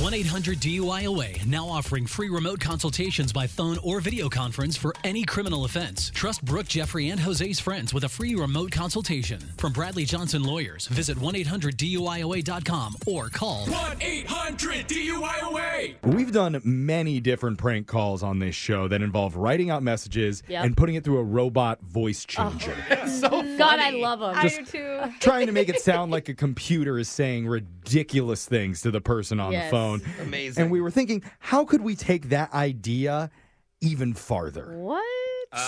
1 800 DUIOA now offering free remote consultations by phone or video conference for any criminal offense. Trust Brooke, Jeffrey, and Jose's friends with a free remote consultation. From Bradley Johnson Lawyers, visit 1 800 DUIOA.com or call 1 800 DUIOA! We've done many different prank calls on this show that involve writing out messages Yep. and putting it through a robot voice changer, Oh. God, I love them. Just- trying to make it sound like a computer is saying ridiculous things to the person on Yes. the phone. Amazing. And we were thinking, how could we take that idea even farther? what?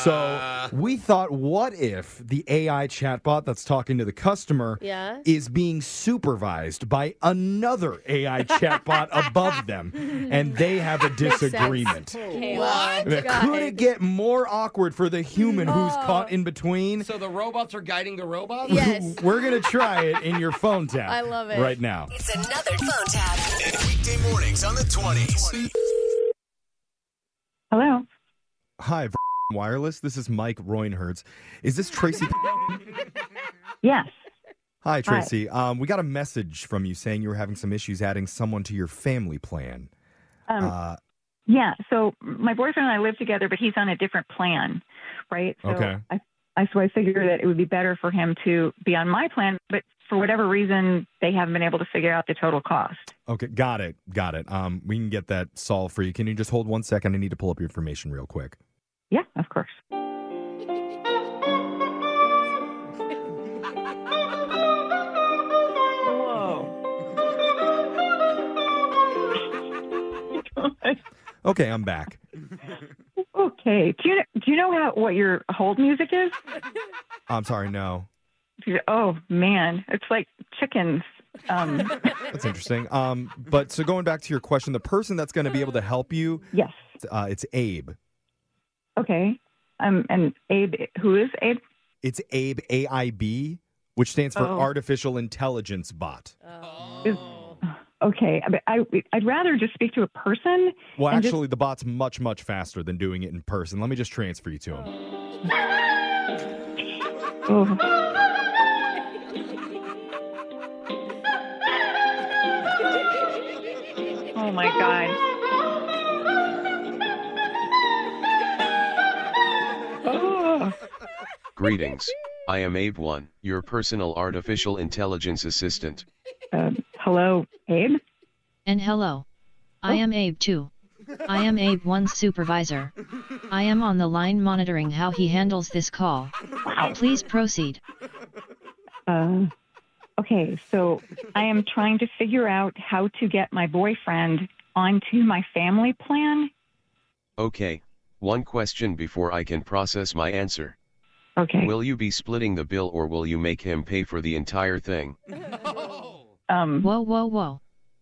So we thought, what if the AI chatbot that's talking to the customer Yeah. is being supervised by another AI chatbot above them, and they have a disagreement? What? Oh. Could it get more awkward for the human who's caught in between? so the robots are guiding the robots? Yes. We're gonna try it in your phone tap. I love it. Right now. It's another phone tap. Weekday mornings on the 20s. Hello. Hi, Wireless. This is Mike Roinhertz. Is this Tracy? Yes. Hi, Tracy. Um, we got a message from you saying you were having some issues adding someone to your family plan. Um, Uh, yeah. So my boyfriend and I live together, but he's on a different plan, right? So Okay. I, I so I figured that it would be better for him to be on my plan, but for whatever reason, they haven't been able to figure out the total cost. okay, got it, got it. Um, we can get that solved for you. Can you just hold one second? I need to pull up your information real quick. Yeah, of course. Okay, I'm back. Okay. Do you do you know how what your hold music is? I'm sorry. No, Oh man, it's like chickens. Um, that's interesting. Um, but so going back to your question, the person that's going to be able to help you, yes. uh, it's Abe. Okay. Um, and Abe, who is Abe? It's Abe AIB, which stands for Oh. Uh, Artificial Intelligence Bot. Okay, but I I'd rather just speak to a person. Well, And just- actually, the bot's much, much faster than doing it in person. Let me just transfer you to him. Oh. Oh my god. Oh, Greetings. I am Abe1, your personal artificial intelligence assistant. Um, hello, Abe. And hello. I am Abe too. I am Abe 1's supervisor. I am on the line monitoring how he handles this call. Please proceed. Uh, okay, so I am trying to figure out how to get my boyfriend onto my family plan. Okay, one question before I can process my answer. Okay. Will you be splitting the bill or will you make him pay for the entire thing? Um, whoa, whoa, whoa.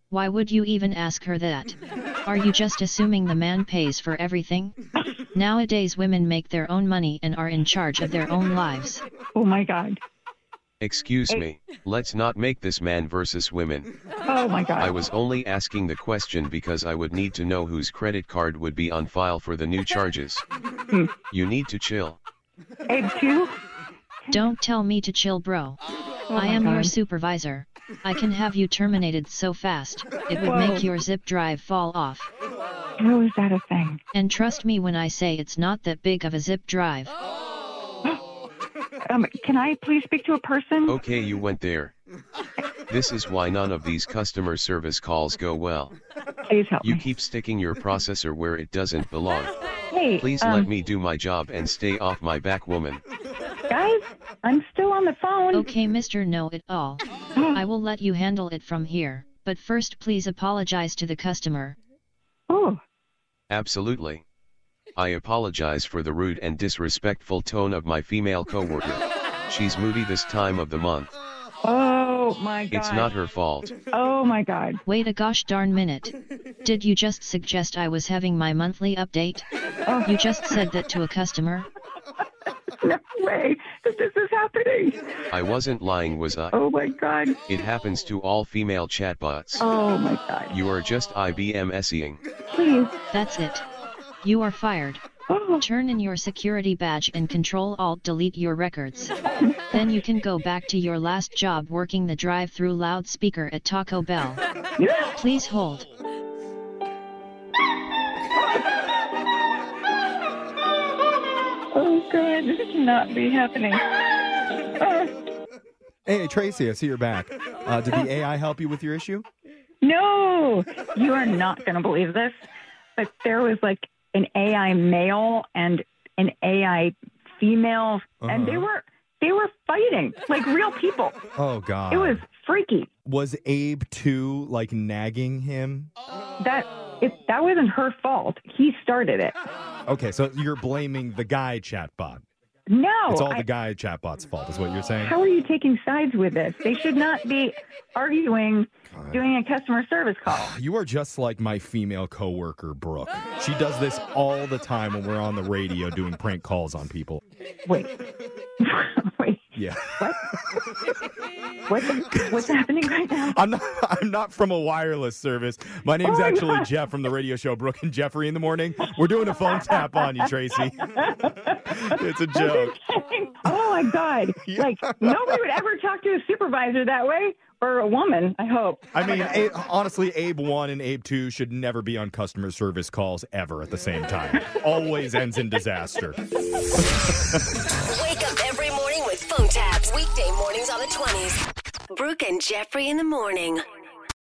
Why would you even ask her that? Are you just assuming the man pays for everything? Nowadays, women make their own money and are in charge of their own lives. Oh my God. Excuse me, let's not make this man versus women. Oh my God. I was only asking the question because I would need to know whose credit card would be on file for the new charges. you need to chill. Abe, too? Don't tell me to chill, bro. I am your supervisor. I can have you terminated so fast, it would Whoa. make your zip drive fall off. How is that a thing? And trust me when I say it's not that big of a zip drive. Um, can I please speak to a person? Okay, you went there. This is why none of these customer service calls go well. Please help You me. keep sticking your processor where it doesn't belong. Hey, Please um, let me do my job and stay off my back, woman. guys, I'm still on the phone. Okay, Mr. Know It All. I will let you handle it from here, but first please apologize to the customer. Oh, Absolutely. I apologize for the rude and disrespectful tone of my female coworker. She's moody this time of the month. oh my God. It's not her fault. Oh my God. Wait a gosh darn minute. Did you just suggest I was having my monthly update? You just said that to a customer? No way that this is happening. I wasn't lying, was I? Oh my God. It happens to all female chatbots. Oh my God. You are just IBM SEing. Please. That's it. You are fired. Turn in your security badge and Control Alt delete your records. then you can go back to your last job working the drive through loudspeaker at Taco Bell. Please hold. Oh God, this cannot be happening. Oh, Hey, Tracy, I see you're back. Uh, did the AI help you with your issue? no, you are not going to believe this, but there was like an AI male and an AI female, and they Uh-huh. were they were fighting like real people. Oh, God. It was freaky. Was Abe too, like, nagging him? That it that wasn't her fault. He started it. Okay, so you're blaming the guy chatbot. No, it's all Oh, I- the guy chatbot's fault, is what you're saying. How are you taking sides with this? They should not be arguing doing a customer service call. You are just like my female coworker, Brooke. She does this all the time when we're on the radio doing prank calls on people. Wait. Wait. Yeah. What's, what's happening right now? I'm not I'm not from a wireless service. My name's Oh, my actually God. Jeff from the radio show Brooke and Jeffrey in the morning. We're doing a phone tap on you, Tracy. it's a joke. oh my God. Like, nobody would ever talk to a supervisor that way or a woman, I hope. I mean, A- honestly, Abe 1 and Abe 2 should never be on customer service calls ever at the same time. Always ends in disaster. Wake up every morning with phone taps. Weekday mornings on the 20s. Brooke and Jeffrey in the morning.